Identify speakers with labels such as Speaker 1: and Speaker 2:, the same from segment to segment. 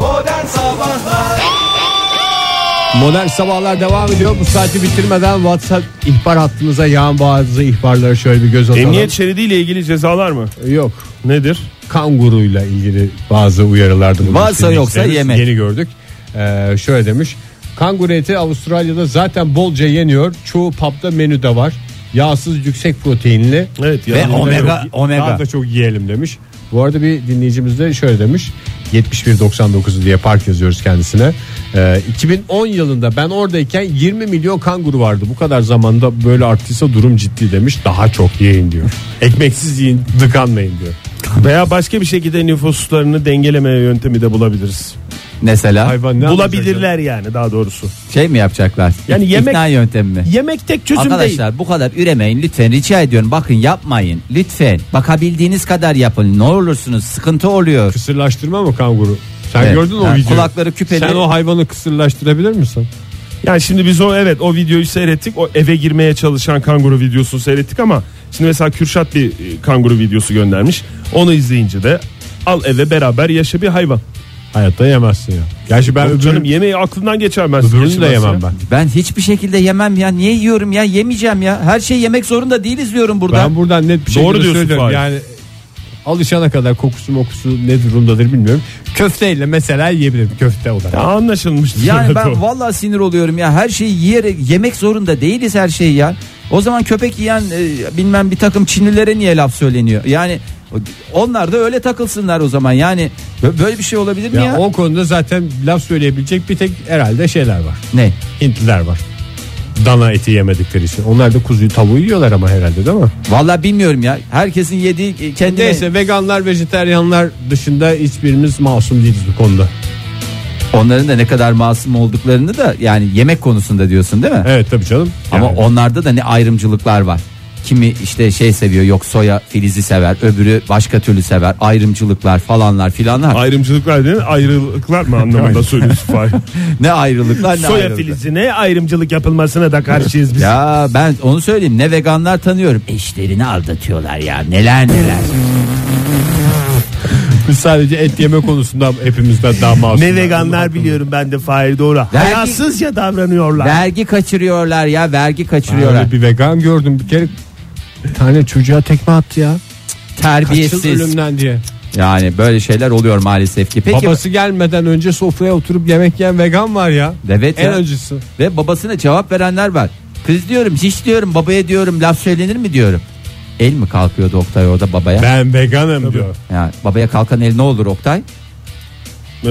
Speaker 1: Modern Sabahlar
Speaker 2: Modern sabahlar devam ediyor. Bu saati bitirmeden WhatsApp ihbar hattınıza yağan bazı ihbarları şöyle bir göz atalım.
Speaker 3: Emniyet şeridiyle ilgili cezalar mı?
Speaker 2: Yok.
Speaker 3: Nedir?
Speaker 2: Kanguruyla ilgili bazı uyarılarda bulunmuş
Speaker 1: Varsa
Speaker 2: dinleyicilerimiz.
Speaker 1: yoksa yemek.
Speaker 2: Yeni gördük. Ee, şöyle demiş. Kanguru eti Avustralya'da zaten bolca yeniyor. Çoğu pub'da menüde var. Yağsız yüksek proteinli.
Speaker 3: Evet
Speaker 1: ve
Speaker 3: yani
Speaker 1: omega
Speaker 2: Yok, Daha
Speaker 1: omega.
Speaker 2: da çok yiyelim demiş. Bu arada bir dinleyicimiz de şöyle demiş. 71.99 diye park yazıyoruz kendisine. Ee, 2010 yılında ben oradayken 20 milyon kanguru vardı. Bu kadar zamanda böyle arttıysa durum ciddi demiş. Daha çok yiyin diyor. Ekmeksiz yiyin, dıkanmayın diyor.
Speaker 3: Veya başka bir şekilde nüfuslarını dengeleme yöntemi de bulabiliriz.
Speaker 1: Mesela
Speaker 2: Hayvan ne yapacak
Speaker 3: Bulabilirler yani daha doğrusu.
Speaker 1: şey mi yapacaklar?
Speaker 3: Yani
Speaker 1: İk-
Speaker 3: yemek-
Speaker 1: İkna yöntemi mi?
Speaker 3: Yemek tek çözüm değil.
Speaker 1: Arkadaşlar bu kadar üremeyin lütfen rica ediyorum bakın yapmayın lütfen bakabildiğiniz kadar yapın ne olursunuz sıkıntı oluyor.
Speaker 2: Kısırlaştırma mı kanguru? Sen
Speaker 1: Evet.
Speaker 2: gördün o
Speaker 1: Yani
Speaker 2: videoyu.
Speaker 1: kulakları küpeli.
Speaker 2: Sen o hayvanı kısırlaştırabilir misin?
Speaker 3: Yani şimdi biz o evet o videoyu seyrettik. O eve girmeye çalışan kanguru videosunu seyrettik ama şimdi mesela Kürşat bir e, kanguru videosu göndermiş. Onu izleyince de al eve beraber yaşa bir hayvan.
Speaker 2: Hayatta yemezsin ya. Gerçi ben
Speaker 3: Yok canım
Speaker 2: öbürünü,
Speaker 3: yemeği aklından geçer ben.
Speaker 2: öbürünü de
Speaker 3: geçirmez ya.
Speaker 2: yemem ben.
Speaker 1: Ben hiçbir şekilde yemem ya niye yiyorum ya yemeyeceğim ya her şeyi yemek zorunda değiliz diyorum burada.
Speaker 2: Ben buradan net bir şekilde
Speaker 3: Doğru diyorsun
Speaker 2: söylüyorum.
Speaker 3: Fahir.
Speaker 2: Yani alışana kadar kokusu mokusu ne durumdadır bilmiyorum. Köfteyle mesela yiyebilirim köfte olarak.
Speaker 3: Ya anlaşılmıştır.
Speaker 1: Yani
Speaker 3: zaten o.
Speaker 1: ben vallahi sinir oluyorum ya. Her şeyi yiyerek yemek zorunda değiliz her şeyi ya. O zaman köpek yiyen e, bilmem bir takım Çinlilere niye laf söyleniyor? Yani onlar da öyle takılsınlar o zaman. Yani bö- böyle bir şey olabilir mi
Speaker 2: Ya
Speaker 1: ya?
Speaker 2: o konuda zaten laf söyleyebilecek bir tek herhalde şeyler var.
Speaker 1: Ne?
Speaker 2: Hintliler var. Dana eti yemedikleri için. Onlar da kuzuyu tavuğu yiyorlar ama herhalde değil mi?
Speaker 1: Vallahi bilmiyorum ya. Herkesin yediği e, kendine
Speaker 2: Neyse veganlar, vejeteryanlar dışında hiçbirimiz masum değiliz bu konuda.
Speaker 1: onların da ne kadar masum olduklarını da yani yemek konusunda diyorsun değil mi?
Speaker 2: Evet tabii canım.
Speaker 1: Ama
Speaker 2: Yani
Speaker 1: onlarda da ne ayrımcılıklar var. Kimi işte şey seviyor yok soya filizi sever öbürü başka türlü sever ayrımcılıklar falanlar filanlar.
Speaker 3: Ayrımcılıklar dedin ayrılıklar mı anlamında söylüyorsun Fahir?
Speaker 1: ne ayrılıklar ne
Speaker 3: Soya
Speaker 1: ayrılıklar.
Speaker 3: filizine ayrımcılık yapılmasına da karşıyız biz.
Speaker 1: Ya ben onu söyleyeyim ne veganlar tanıyorum. Eşlerini aldatıyorlar ya neler neler.
Speaker 2: biz sadece et yeme konusunda hepimizden daha masum.
Speaker 3: ne veganlar biliyorum ben de Fahir doğru. Hayasızca davranıyorlar.
Speaker 1: vergi kaçırıyorlar ya vergi kaçırıyorlar.
Speaker 2: Öyle bir vegan gördüm bir kere. Bir tane çocuğa tekme attı ya. Kaçıl
Speaker 1: Terbiyesiz.
Speaker 2: ölümden diye.
Speaker 1: Yani böyle şeyler oluyor maalesef ki. Peki
Speaker 2: Babası gelmeden önce sofraya oturup yemek yiyen vegan var ya.
Speaker 1: Evet
Speaker 2: en
Speaker 1: ya.
Speaker 2: acısı.
Speaker 1: ve babasına cevap verenler var. Kız diyorum hiç diyorum babaya diyorum laf söylenir mi diyorum. El mi kalkıyordu Oktay orada babaya?
Speaker 2: Ben veganım diyor.
Speaker 1: Yani babaya kalkan el ne olur Oktay?
Speaker 3: Ee,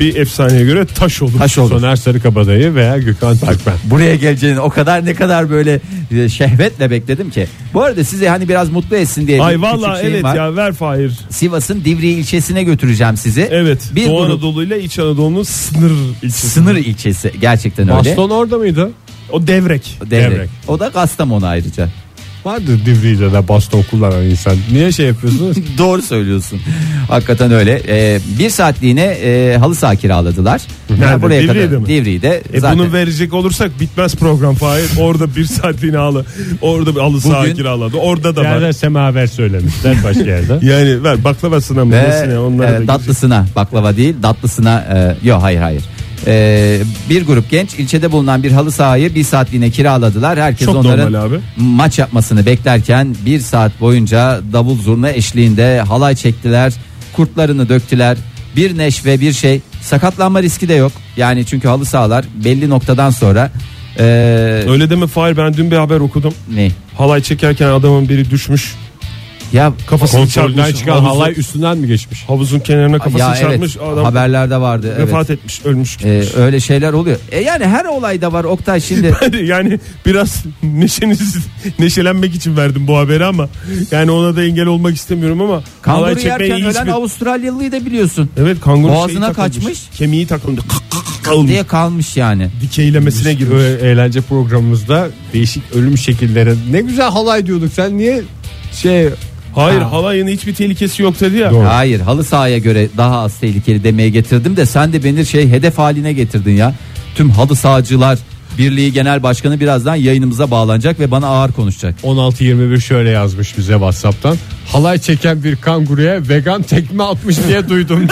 Speaker 3: bir efsaneye göre taş olur.
Speaker 1: Taş olur.
Speaker 2: Soner Sarıkabadayı veya Gökhan Türkmen.
Speaker 1: buraya geleceğini o kadar ne kadar böyle e, şehvetle bekledim ki. Bu arada sizi hani biraz mutlu etsin diye. bir
Speaker 3: Ay
Speaker 1: küçük
Speaker 3: valla
Speaker 1: şeyim
Speaker 3: evet
Speaker 1: var.
Speaker 3: ya ver Fahir.
Speaker 1: Sivas'ın Divriği ilçesine götüreceğim sizi.
Speaker 3: Evet.
Speaker 1: Bir
Speaker 3: Doğu
Speaker 1: grup
Speaker 3: Anadolu ile İç Anadolu'nun sınır ilçesi.
Speaker 1: sınır ilçesi gerçekten öyle.
Speaker 2: Baston orada mıydı?
Speaker 3: O devrek.
Speaker 1: Devrek.
Speaker 2: Devrek.
Speaker 1: O da Kastamonu ayrıca.
Speaker 2: Vardır Divriği'de de baston kullanan insan. Niye şey yapıyorsunuz?
Speaker 1: Doğru söylüyorsun. Hakikaten öyle. Ee, bir saatliğine e, halı saha kiraladılar.
Speaker 3: Nerede?
Speaker 1: buraya
Speaker 3: Divriği'de
Speaker 1: kadar.
Speaker 3: mi?
Speaker 1: Divriği'de.
Speaker 3: E
Speaker 1: zaten.
Speaker 3: bunu verecek olursak bitmez program Fahir. Orada bir saatliğine alı. Orada bir alı saha
Speaker 1: Bugün-
Speaker 3: kiraladı. Orada da var.
Speaker 2: Yerde semaver söylemişler başka yerde.
Speaker 3: Yani ver baklavasına mı
Speaker 1: Ve,
Speaker 3: nesine onlara
Speaker 1: e,
Speaker 3: da girecek.
Speaker 1: tatlısına baklava değil tatlısına e, yok hayır hayır. E, bir grup genç ilçede bulunan bir halı sahayı bir saatliğine kiraladılar. Herkes
Speaker 3: Çok
Speaker 1: onların
Speaker 3: normal abi.
Speaker 1: maç yapmasını beklerken bir saat boyunca davul zurna eşliğinde halay çektiler. Kurtlarını döktüler. Bir neşve bir şey sakatlanma riski de yok. Yani çünkü halı sahalar belli noktadan sonra e,
Speaker 3: Öyle deme Fahir ben dün bir haber okudum.
Speaker 1: ne?
Speaker 3: Halay çekerken adamın biri düşmüş.
Speaker 1: Ya
Speaker 3: Kafasını
Speaker 2: Kontrolden
Speaker 3: çarpmış.
Speaker 2: çıkan
Speaker 3: Havuzu-
Speaker 2: halay üstünden mi geçmiş?
Speaker 3: Havuzun kenarına kafasını
Speaker 1: ya evet
Speaker 3: çarpmış. adam
Speaker 1: haberlerde vardı. evet.
Speaker 3: vefat etmiş,
Speaker 1: E,
Speaker 3: ölmüş gitmiş.
Speaker 1: öyle şeyler oluyor. E yani her olayda var Oktay şimdi.
Speaker 3: yani biraz neşeniz neşelenmek için verdim bu haberi ama yani ona da engel olmak istemiyorum ama
Speaker 1: Kanguru
Speaker 3: halay çekmeyi
Speaker 1: yerken
Speaker 3: iyi
Speaker 1: ölen
Speaker 3: bir-
Speaker 1: Avustralyalıyı da biliyorsun.
Speaker 3: Evet kanguru
Speaker 1: Boğazına
Speaker 3: şeyi takılmış,
Speaker 1: kaçmış.
Speaker 3: Kemiği takılmış. Kık kık kık kalmış.
Speaker 1: Diye kalmış yani.
Speaker 3: Dikeylemesine girmiş.
Speaker 2: Böyle e, eğlence programımızda değişik ölüm şekilleri. Ne güzel halay diyorduk sen niye şey
Speaker 3: Hayır
Speaker 1: Ha.
Speaker 3: halayın hiçbir tehlikesi yok dedi ya.
Speaker 2: Doğru.
Speaker 1: Hayır halı sahaya göre daha az tehlikeli demeye getirdim de sen de beni şey hedef haline getirdin ya. Tüm halı sahacılar Birliği Genel Başkanı birazdan yayınımıza bağlanacak ve bana ağır konuşacak.
Speaker 2: 16-21 şöyle yazmış bize Whatsapp'tan. Halay çeken bir kanguruya vegan tekme atmış diye duydum.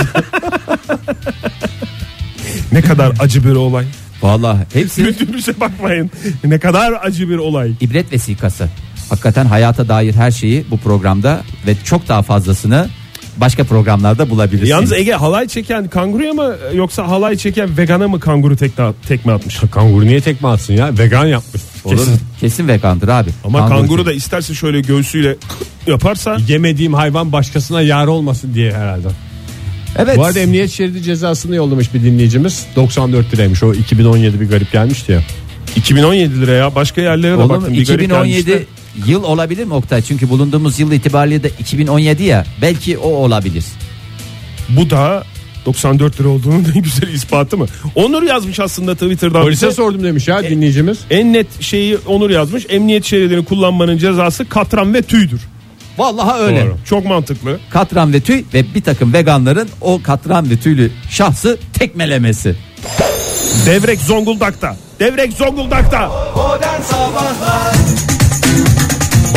Speaker 3: Ne kadar acı bir olay.
Speaker 1: Vallahi hepsi
Speaker 3: Güldüğümüze bakmayın. Ne kadar acı bir olay.
Speaker 1: ibret vesikası. Hakikaten hayata dair her şeyi bu programda ve çok daha fazlasını başka programlarda bulabilirsiniz.
Speaker 3: Yalnız Ege halay çeken kanguruya mı yoksa halay çeken vegana mı kanguru tekme, tekme atmış?
Speaker 2: Kanguru niye tekme atsın ya? Vegan yapmış.
Speaker 1: Olur mu? kesin vegandır abi.
Speaker 3: Ama kanguru, da isterse şöyle göğsüyle yaparsa
Speaker 2: Yemediğim hayvan başkasına yar olmasın diye herhalde.
Speaker 1: Evet.
Speaker 2: Bu arada emniyet şeridi cezasını yollamış bir dinleyicimiz. 94 liraymış. O 2017 bir garip gelmişti ya.
Speaker 3: 2017 lira ya başka yerlere de
Speaker 1: Oğlum,
Speaker 3: baktım. bir garip
Speaker 1: 2017
Speaker 3: gelmişti.
Speaker 1: yıl olabilir mi Oktay? Çünkü bulunduğumuz yıl itibariyle de 2017 ya. Belki o olabilir.
Speaker 3: Bu da 94 lira olduğunun en güzel ispatı mı? Onur yazmış aslında Twitter'dan.
Speaker 2: Polise
Speaker 3: bize.
Speaker 2: sordum demiş ya dinleyicimiz.
Speaker 3: En net şeyi Onur yazmış. Emniyet şeridini kullanmanın cezası katran ve tüydür.
Speaker 1: Vallahi öyle.
Speaker 2: Doğru.
Speaker 3: Çok mantıklı.
Speaker 1: Katran ve tüy ve bir takım veganların o katran ve tüylü şahsı tekmelemesi.
Speaker 3: Devrek Zonguldak'ta. Devrek Zonguldak'ta.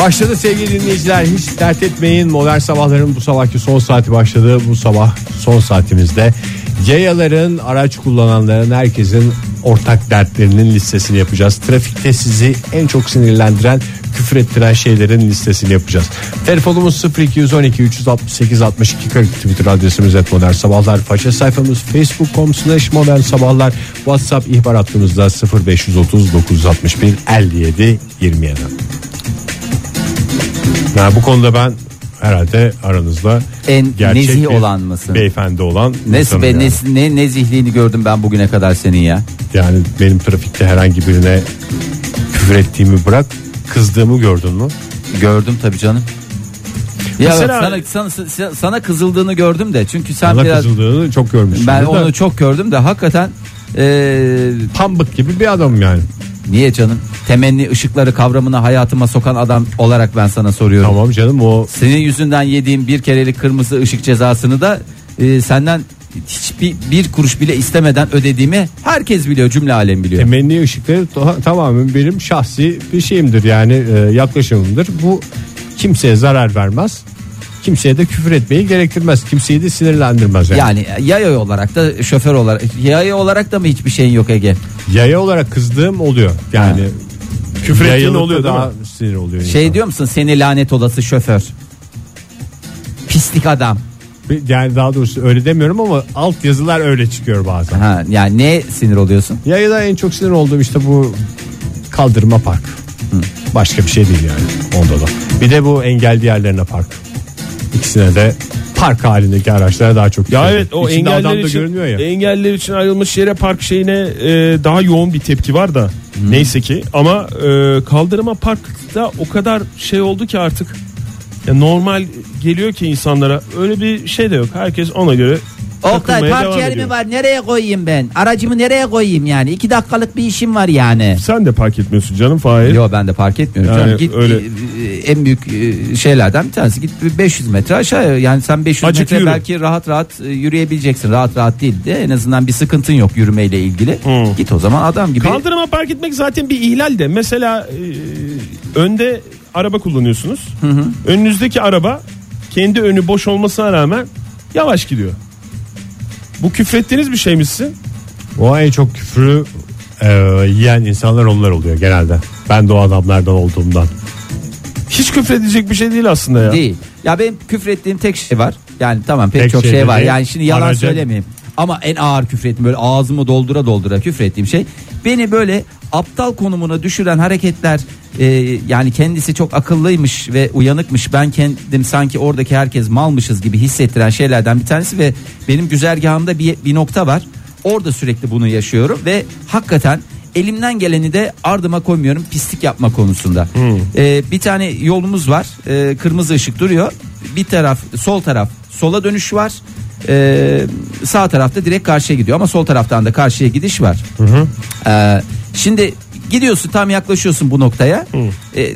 Speaker 2: Başladı sevgili dinleyiciler hiç dert etmeyin modern sabahların bu sabahki son saati başladı bu sabah son saatimizde yayaların araç kullananların herkesin ortak dertlerinin listesini yapacağız trafikte sizi en çok sinirlendiren küfür ettiren şeylerin listesini yapacağız telefonumuz 0212 368 62 40 Twitter adresimiz et modern sabahlar faça sayfamız facebook.com slash modern sabahlar whatsapp ihbar hattımızda 0530 961 57 27 yani bu konuda ben herhalde aranızda
Speaker 1: En
Speaker 2: gerçek
Speaker 1: nezih
Speaker 2: bir
Speaker 1: olan mısın?
Speaker 2: Beyefendi olan
Speaker 1: Nes
Speaker 2: insanım
Speaker 1: ve
Speaker 2: yani.
Speaker 1: nes- ne nezihliğini gördüm ben bugüne kadar senin ya.
Speaker 2: yani benim trafikte herhangi birine küfür ettiğimi bırak kızdığımı gördün mü?
Speaker 1: Gördüm tabii canım. Ya
Speaker 3: Mesela-
Speaker 1: bak, sana, sana sana- sana kızıldığını gördüm de çünkü sen
Speaker 2: Bana
Speaker 1: biraz
Speaker 2: kızıldığını çok görmüşsün.
Speaker 1: ben
Speaker 2: Da
Speaker 1: onu çok gördüm de hakikaten eee,
Speaker 2: pambık gibi bir adam yani.
Speaker 1: niye canım temenni ışıkları kavramını hayatıma sokan adam olarak ben sana soruyorum.
Speaker 2: Tamam canım o
Speaker 1: Senin yüzünden yediğim bir kerelik kırmızı ışık cezasını da eee, senden hiçbir bir kuruş bile istemeden ödediğimi herkes biliyor cümle alem biliyor.
Speaker 2: temenni ışıkları to- tamamen benim şahsi bir şeyimdir yani e, yaklaşımımdır. Bu kimseye zarar vermez. Kimseye de küfür etmeyi gerektirmez. Kimseyi de sinirlendirmez yani.
Speaker 1: Yani yaya olarak da şoför olarak yaya olarak da mı hiçbir şeyin yok Ege?
Speaker 2: Yaya olarak kızdığım oluyor. Yani
Speaker 3: Küfür ettiğin
Speaker 2: yayalıkta
Speaker 3: oluyor değil
Speaker 2: daha
Speaker 3: mi?
Speaker 2: sinir oluyor.
Speaker 1: Şey
Speaker 2: insan.
Speaker 1: diyor musun seni lanet olası şoför? Pislik adam.
Speaker 2: Bir- Yani daha doğrusu öyle demiyorum ama alt yazılar öyle çıkıyor bazen.
Speaker 1: Ha, yani ne sinir oluyorsun?
Speaker 2: Yayada en çok sinir olduğum işte bu kaldırma park. Başka bir şey değil yani onda da. Bir de bu engelli yerlerine park. İkisine de park halindeki araçlara daha çok.
Speaker 3: Ya
Speaker 2: sinir.
Speaker 3: evet o
Speaker 2: İçinde adam
Speaker 3: engeller
Speaker 2: da
Speaker 3: için,
Speaker 2: görünüyor ya.
Speaker 3: engeller için ayrılmış yere park şeyine e, daha yoğun bir tepki var da. Neyse ki ama e, kaldırıma parkta o kadar şey oldu ki artık ya normal geliyor ki insanlara öyle bir şey de yok. Herkes ona göre
Speaker 1: Oktay
Speaker 3: takılmaya
Speaker 1: park
Speaker 3: devam
Speaker 1: yeri
Speaker 3: ediyor.
Speaker 1: mi var nereye koyayım ben? Aracımı nereye koyayım yani? İki dakikalık bir işim var yani.
Speaker 3: Sen de park etmiyorsun canım Fahir.
Speaker 1: Yo ben de park etmiyorum.
Speaker 3: Yani
Speaker 1: canım. Git,
Speaker 3: öyle-
Speaker 1: e, en büyük e, şeylerden bir tanesi git bir 500 metre aşağı yani sen 500
Speaker 3: Acık
Speaker 1: metre
Speaker 3: yürü.
Speaker 1: belki rahat rahat e, yürüyebileceksin rahat rahat değil de en azından bir sıkıntın yok yürümeyle ilgili
Speaker 2: Hmm.
Speaker 3: Hı.
Speaker 1: git o zaman adam gibi
Speaker 3: Kaldırıma park etmek zaten bir ihlal de. Mesela e, önde araba kullanıyorsunuz. Önünüzdeki araba kendi önü boş olmasına rağmen yavaş gidiyor. Bu küfrettiğiniz bir şey misin?
Speaker 2: O en çok küfrü e, yiyen insanlar onlar oluyor genelde. Ben de o adamlardan olduğumdan.
Speaker 3: Hiç küfredilecek bir şey değil aslında ya.
Speaker 1: Değil. Ya benim küfrettiğim tek şey var. Yani tamam pek
Speaker 2: Tek
Speaker 1: çok
Speaker 2: şey
Speaker 1: şey,
Speaker 2: de
Speaker 1: var.
Speaker 2: değil.
Speaker 1: Yani şimdi yalan
Speaker 2: Araca-
Speaker 1: söylemeyeyim. Ama en ağır küfrettiğim böyle ağzımı doldura doldura küfrettiğim şey beni böyle aptal konumuna düşüren hareketler e, yani kendisi çok akıllıymış ve uyanıkmış ben kendim sanki oradaki herkes malmışız gibi hissettiren şeylerden bir tanesi ve benim güzergahımda bir, bir nokta var orada sürekli bunu yaşıyorum ve hakikaten elimden geleni de ardıma koymuyorum pislik yapma konusunda. Ee, bir tane yolumuz var. Ee, kırmızı ışık duruyor. Bir taraf sol taraf sola dönüş var. Ee, sağ tarafta direkt karşıya gidiyor ama sol taraftan da karşıya gidiş var. Ee, şimdi gidiyorsun tam yaklaşıyorsun bu noktaya. Ee,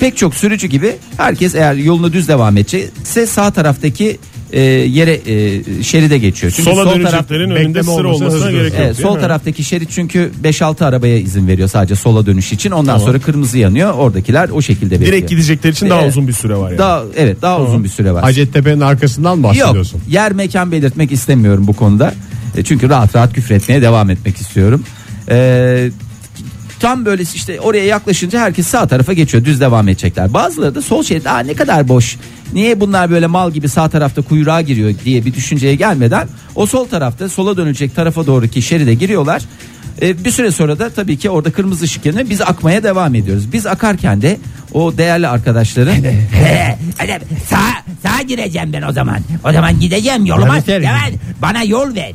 Speaker 1: pek çok sürücü gibi herkes eğer yolunu düz devam edecekse sağ taraftaki e, yere e, şeride geçiyor. Çünkü
Speaker 3: Sola
Speaker 1: sol taraf
Speaker 3: döneceklerin önünde
Speaker 2: bekleme
Speaker 3: sıra
Speaker 2: olmasa
Speaker 3: olmasına
Speaker 2: hızlı
Speaker 3: gerek yok.
Speaker 2: hızlı.
Speaker 1: Evet,
Speaker 3: değil
Speaker 1: sol
Speaker 3: mi?
Speaker 1: taraftaki şerit çünkü 5-6 arabaya izin veriyor sadece sola dönüş için. Ondan sonra kırmızı yanıyor. Oradakiler o şekilde bekliyor.
Speaker 3: Direkt gidecekler için daha
Speaker 1: Ee,
Speaker 3: uzun bir süre var yani.
Speaker 1: Daha evet daha uzun bir süre var.
Speaker 2: Hacettepe'nin arkasından mı
Speaker 1: Yok.
Speaker 2: bahsediyorsun?
Speaker 1: Yer mekan belirtmek istemiyorum bu konuda. E, çünkü rahat rahat küfretmeye devam etmek istiyorum. E, tam böyle işte oraya yaklaşınca herkes sağ tarafa geçiyor düz devam edecekler. Bazıları da sol şerit aa ne kadar boş niye bunlar böyle mal gibi sağ tarafta kuyruğa giriyor diye bir düşünceye gelmeden o sol tarafta sola dönülecek tarafa doğru ki şeride giriyorlar. E, bir süre sonra da tabii ki orada kırmızı ışık yanıyor. Biz akmaya devam ediyoruz. Biz akarken de o değerli arkadaşların
Speaker 4: He, öyle mi? sağa, sağa gireceğim ben o zaman. O zaman gideceğim yoluma.
Speaker 2: Ben biterim.
Speaker 4: Devam. Bana yol ver.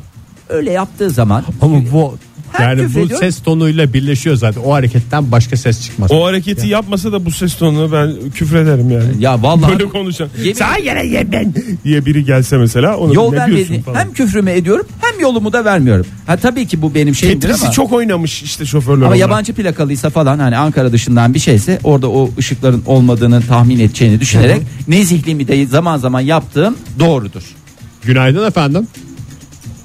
Speaker 1: öyle yaptığı zaman
Speaker 2: Ama bu
Speaker 1: Her
Speaker 2: yani
Speaker 1: küfür
Speaker 2: bu
Speaker 1: ediyor.
Speaker 2: ses tonuyla birleşiyor zaten. O hareketten başka ses çıkmaz.
Speaker 3: O hareketi yapmasa da bu ses tonunu ben küfrederim yani.
Speaker 1: ya vallahi
Speaker 3: Böyle konuşan
Speaker 1: yemin-
Speaker 4: Sağa gireceğim ben.
Speaker 3: diye biri gelse mesela ona
Speaker 1: yol
Speaker 3: ne diyorsun
Speaker 1: vermediğini
Speaker 3: falan.
Speaker 1: hem küfrümü ediyorum hem yolumu da vermiyorum. Ha tabii ki bu benim şeyimdir
Speaker 3: Tetris'i
Speaker 1: ama.
Speaker 3: çok oynamış işte şoförler.
Speaker 1: Ama
Speaker 3: onlar.
Speaker 1: yabancı plakalıysa falan hani Ankara dışından bir şeyse orada o ışıkların olmadığını tahmin edeceğini düşünerek nezihliğimi de zaman zaman yaptığım doğrudur.
Speaker 2: Günaydın efendim.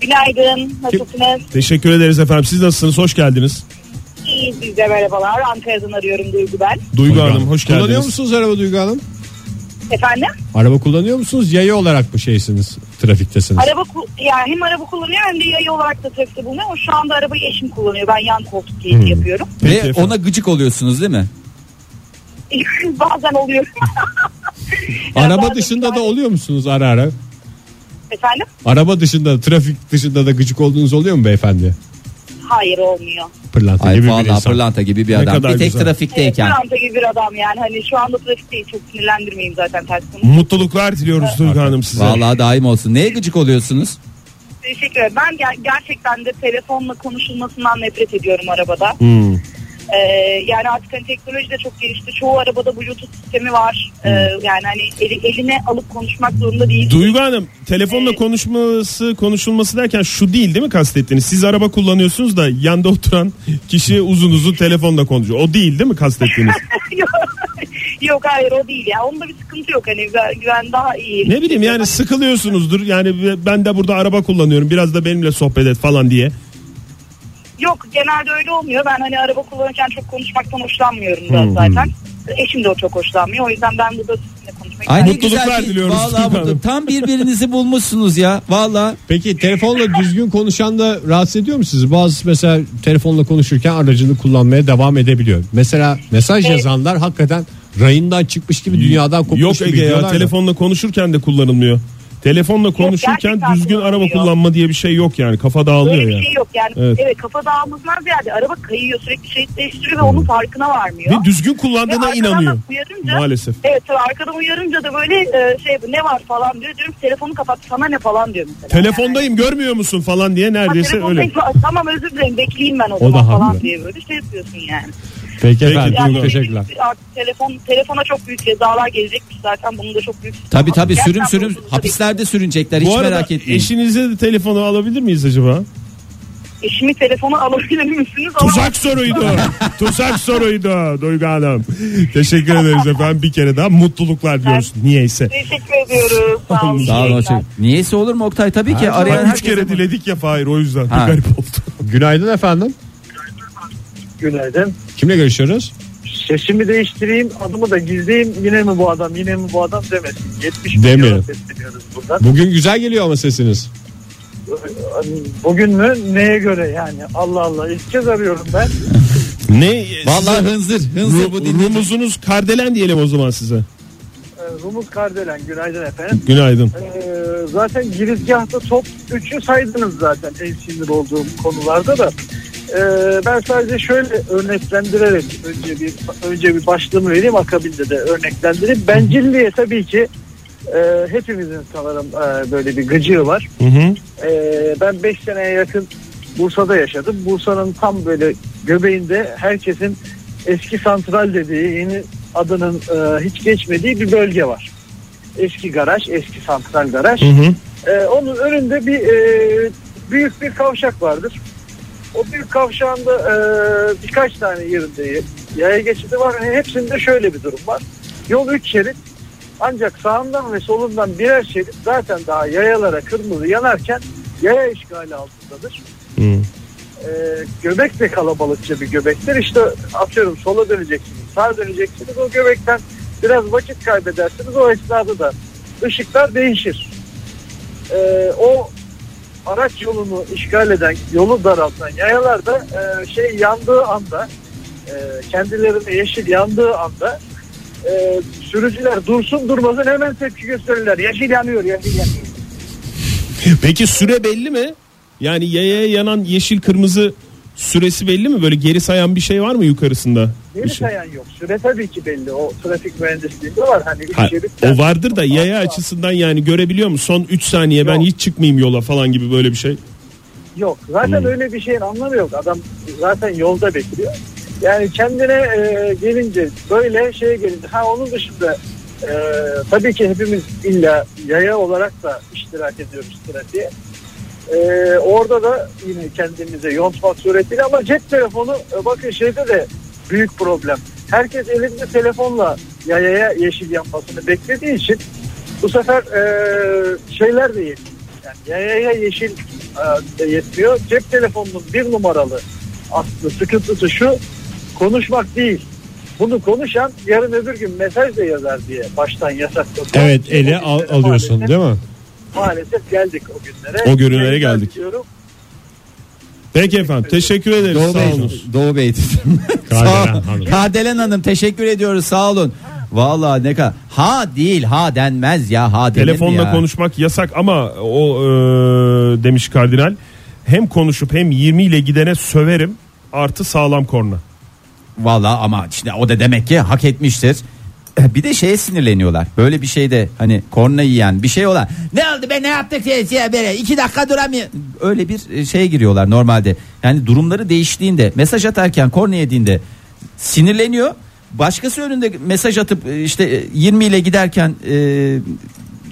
Speaker 5: Günaydın. Nasılsınız?
Speaker 3: Teşekkür ederiz efendim. Siz nasılsınız? Hoş geldiniz.
Speaker 5: İyi biz de merhabalar. Ankara'dan arıyorum Duygu ben.
Speaker 3: Duygu Hanım hoş geldiniz.
Speaker 2: Kullanıyor musunuz araba Duygu Hanım?
Speaker 5: Efendim?
Speaker 2: Araba kullanıyor musunuz? Yayı olarak mı şeysiniz? Trafiktesiniz.
Speaker 5: Araba ku- yani hem araba kullanıyor hem de yayı olarak da trafikte bulunuyor. Ama şu anda arabayı eşim kullanıyor. Ben yan koltuk
Speaker 2: Hmm.
Speaker 5: keyfi yapıyorum.
Speaker 3: Peki
Speaker 1: Ve
Speaker 3: efendim.
Speaker 1: ona gıcık oluyorsunuz değil mi?
Speaker 5: Bazen oluyor. Yani
Speaker 2: Araba
Speaker 5: bazen
Speaker 2: dışında
Speaker 5: müdahale-
Speaker 2: da oluyor musunuz ara ara?
Speaker 5: Efendim?
Speaker 2: Araba dışında, trafik dışında da gıcık olduğunuz oluyor mu beyefendi?
Speaker 5: Hayır olmuyor. Ee,
Speaker 2: Pırlanta
Speaker 1: Ay
Speaker 2: gibi bir
Speaker 1: vallahi
Speaker 2: insan.
Speaker 1: pırlanta gibi bir
Speaker 3: Ne
Speaker 1: adam.
Speaker 3: kadar
Speaker 1: Bir tek
Speaker 3: güzel.
Speaker 1: trafikteyken.
Speaker 5: Evet, Fransa gibi bir adam yani. Hani şu anda trafikteyi çok sinirlendirmeyeyim zaten ters konuş.
Speaker 3: Mutluluklar diliyoruz Duygu Hanım size.
Speaker 1: Vallahi daim olsun. Neye gıcık oluyorsunuz?
Speaker 5: Teşekkür ederim. Ben ger- gerçekten de telefonla konuşulmasından nefret ediyorum arabada.
Speaker 3: Hmm.
Speaker 5: Ee, yani artık hani teknoloji de çok gelişti. Çoğu arabada bluetooth sistemi var. Ee,
Speaker 1: Hmm.
Speaker 5: yani hani eli- eline alıp konuşmak zorunda değil.
Speaker 3: Duygu Hanım telefonla konuşması konuşulması derken şu değil değil mi kastettiğiniz? Siz araba kullanıyorsunuz da yanda oturan kişi uzun uzun telefonla konuşuyor. O değil değil mi kastettiğiniz?
Speaker 5: yok hayır o değil ya. Onda bir sıkıntı yok. Hani ben, ben daha iyi.
Speaker 3: ne bileyim yani sıkılıyorsunuzdur. Yani ben de burada araba kullanıyorum. Biraz da benimle sohbet et falan diye.
Speaker 5: Yok genelde öyle olmuyor. Ben hani araba kullanırken çok konuşmaktan hoşlanmıyorum
Speaker 1: Hmm,
Speaker 5: da zaten. Eşim de o çok hoşlanmıyor. O yüzden ben burada sizinle konuşmayı
Speaker 1: Ay ne
Speaker 5: tercih-
Speaker 1: güzel
Speaker 3: Mutluluklar
Speaker 1: ki-
Speaker 3: diliyoruz
Speaker 1: Vallahi
Speaker 3: Duygu
Speaker 1: mutlu-
Speaker 3: Hanım.
Speaker 1: Tam birbirinizi bulmuşsunuz ya. Vallahi
Speaker 2: Peki telefonla düzgün konuşan da rahatsız ediyor mu sizi? Bazı mesela telefonla konuşurken aracını kullanmaya devam edebiliyor. Mesela mesaj yazanlar hakikaten rayından çıkmış gibi dünyadan kopmuş
Speaker 3: Yok
Speaker 2: gibi
Speaker 3: Ege
Speaker 2: gidiyorlar
Speaker 3: ya
Speaker 2: da.
Speaker 3: telefonla konuşurken de kullanılmıyor. Telefonla konuşurken
Speaker 5: gerçekten
Speaker 3: düzgün araba
Speaker 5: kullanılıyor.
Speaker 3: kullanma diye bir şey yok yani. Kafa
Speaker 5: Böyle
Speaker 3: dağılıyor
Speaker 5: bir
Speaker 3: yani.
Speaker 5: şey yok yani.
Speaker 3: Evet.
Speaker 5: Evet, kafa dağılmazlar ziyade araba kayıyor sürekli şerit değiştiriyor ve onun farkına varmıyor.
Speaker 3: Ve düzgün
Speaker 5: Ve
Speaker 3: kullandığına
Speaker 5: arkadan
Speaker 3: inanıyor.
Speaker 5: da uyarınca-
Speaker 3: Maalesef.
Speaker 5: Evet tabii arkadan uyarınca da böyle e, şey ne var falan diyor. Diyorum telefonu kapat sana ne falan diyor mesela. Yani.
Speaker 3: Telefondayım görmüyor musun falan diye
Speaker 5: Ha,
Speaker 3: neredeyse
Speaker 5: telefondayım.
Speaker 3: öyle.
Speaker 5: Tamam özür dilerim bekleyeyim ben o,
Speaker 2: da
Speaker 5: zaman falan
Speaker 2: haklı.
Speaker 5: diye böyle şey yapıyorsun yani.
Speaker 2: Peki efendim
Speaker 5: Yani
Speaker 2: çok teşekkürler.
Speaker 5: bizim artık telefon telefona çok büyük cezalar gelecekmiş zaten bunun da çok büyük.
Speaker 1: tabi tabi sürüm
Speaker 5: Gerçekten
Speaker 1: sürüm
Speaker 5: bu-
Speaker 1: hapislerde sürünecekler
Speaker 3: Bu
Speaker 1: hiç
Speaker 3: arada
Speaker 1: merak etmeyin.
Speaker 3: eşinize de telefonu alabilir miyiz acaba?
Speaker 5: Eşimi telefona alabilir misiniz?
Speaker 3: Tuzak soruydu. Tuzak soruydu Duygu Hanım. Teşekkür ederiz efendim. Bir kere daha mutluluklar diliyoruz. Niyeyse.
Speaker 5: Teşekkür ediyoruz. Sağ olun.
Speaker 1: Sağ olun.
Speaker 5: İyi
Speaker 1: hoşça-
Speaker 5: günler.
Speaker 1: Niyeyse olur mu Oktay? Tabii ki
Speaker 3: Bak,
Speaker 1: arayan
Speaker 3: üç
Speaker 1: herkes.
Speaker 3: kere diledik ya Fahir o yüzden.
Speaker 1: Ha.
Speaker 3: Bir garip oldu.
Speaker 2: Günaydın efendim.
Speaker 6: Günaydın.
Speaker 2: Kimle görüşüyoruz?
Speaker 6: Sesimi değiştireyim, adımı da gizleyeyim. Yine mi bu adam, yine mi bu adam demesin. 70
Speaker 2: Demeyelim.
Speaker 6: milyona sesleniyoruz buradan.
Speaker 2: Bugün güzel geliyor ama sesiniz.
Speaker 6: Bugün mü? Neye göre yani? Allah Allah. İlk kez arıyorum ben.
Speaker 3: Ne?
Speaker 1: Vallahi hınzır hınzır
Speaker 3: Ru-
Speaker 1: bu dinleyici.
Speaker 3: rumuzunuz kardelen diyelim o zaman size.
Speaker 6: Ee, Rumuz Kardelen. Günaydın efendim.
Speaker 3: Günaydın.
Speaker 6: Ee, zaten girizgahta top 3'ü saydınız zaten en sinir olduğum konularda da. Ee, ben sadece şöyle örneklendirerek önce bir önce bir başlığımı vereyim akabinde de örneklendireyim. Bencilliğe tabii ki e, hepimizin sanırım e, böyle bir gıcığı var.
Speaker 3: Hı hı.
Speaker 6: Ee, ben 5 seneye yakın Bursa'da yaşadım. Bursa'nın tam böyle göbeğinde herkesin eski santral dediği yeni adının e, hiç geçmediği bir bölge var. Eski garaj, eski santral garaj.
Speaker 3: Hı hı.
Speaker 6: Ee, onun önünde bir e, büyük bir kavşak vardır. O büyük kavşağında e, birkaç tane yerinde yaya geçidi var. Yani hepsinde şöyle bir durum var. Yol 3 şerit ancak sağından ve solundan birer şerit zaten daha yayalara kırmızı yanarken yaya işgali altındadır.
Speaker 3: Hı.
Speaker 6: Ee, göbek de kalabalıkça bir göbektir. İşte atıyorum sola döneceksiniz, sağa döneceksiniz. O göbekten biraz vakit kaybedersiniz. O esnada da ışıklar değişir. Ee, o araç yolunu işgal eden, yolu daraltan yayalarda e, şey yandığı anda e, kendilerine yeşil yandığı anda e, sürücüler dursun durmasın hemen tepki gösterirler. Yeşil yanıyor, yeşil yanıyor.
Speaker 3: Peki süre belli mi? Yani yayaya yanan yeşil kırmızı süresi belli mi? Böyle geri sayan bir şey var mı yukarısında?
Speaker 6: Geri
Speaker 3: Bir şey.
Speaker 6: sayan yok. Süre tabii ki belli. O trafik mühendisliğinde var. Hani üç
Speaker 3: Ha,
Speaker 6: şerit-
Speaker 3: o vardır da yaya
Speaker 6: Asla.
Speaker 3: açısından yani görebiliyor musun? Son 3 saniye ben
Speaker 6: Yok.
Speaker 3: hiç çıkmayayım yola falan gibi böyle bir şey.
Speaker 6: Yok.
Speaker 3: Hmm.
Speaker 6: Zaten öyle bir şeyin anlamı yok. Adam zaten yolda bekliyor. Yani kendine e, gelince böyle şeye gelince ha onun dışında e, tabii ki hepimiz illa yaya olarak da iştirak ediyoruz trafiğe. E, orada da yine kendimize yontmak suretiyle ama cep telefonu e, bakın şeyde de büyük problem. Herkes elinde telefonla yayaya yeşil yanmasını beklediği için bu sefer e, şeyler de yetmiyor. Yani yayaya yeşil e, de yetmiyor. Cep telefonunun bir numaralı aslı sıkıntısı şu konuşmak değil. Bunu konuşan yarın öbür gün mesaj da yazar diye baştan yasakladı.
Speaker 2: Evet
Speaker 6: O
Speaker 2: ele
Speaker 6: günlere
Speaker 2: al- alıyorsun
Speaker 6: maalesef-
Speaker 2: değil mi?
Speaker 6: Maalesef geldik o günlere.
Speaker 3: O günlere
Speaker 6: Tekrar
Speaker 3: geldik.
Speaker 6: diyorum,
Speaker 3: Peki efendim teşekkür ederiz.
Speaker 1: Doğu
Speaker 3: Sağ
Speaker 1: Bey,
Speaker 3: olun.
Speaker 1: Doğu Bey. Sağ
Speaker 2: Kardelen
Speaker 1: olun.
Speaker 2: Hanım.
Speaker 1: Kardelen Hanım teşekkür ediyoruz sağ olun. Vallahi ne kadar ha değil ha denmez ya ha denir mi
Speaker 3: Telefonla
Speaker 1: ya?
Speaker 3: konuşmak yasak ama o e, demiş kardinal hem konuşup hem 20 ile gidene söverim artı sağlam korna.
Speaker 1: Valla ama işte o da demek ki hak etmiştir. Eh, Bir de şeye sinirleniyorlar. Böyle bir şeyde hani korna yiyen bir şey olan. Ne oldu be ne yaptık ya, ya böyle iki dakika duramıyor. Öyle bir e, şeye giriyorlar normalde. Yani durumları değiştiğinde mesaj atarken korna yediğinde sinirleniyor. Başkası önünde mesaj atıp e, işte e, 20 ile giderken e,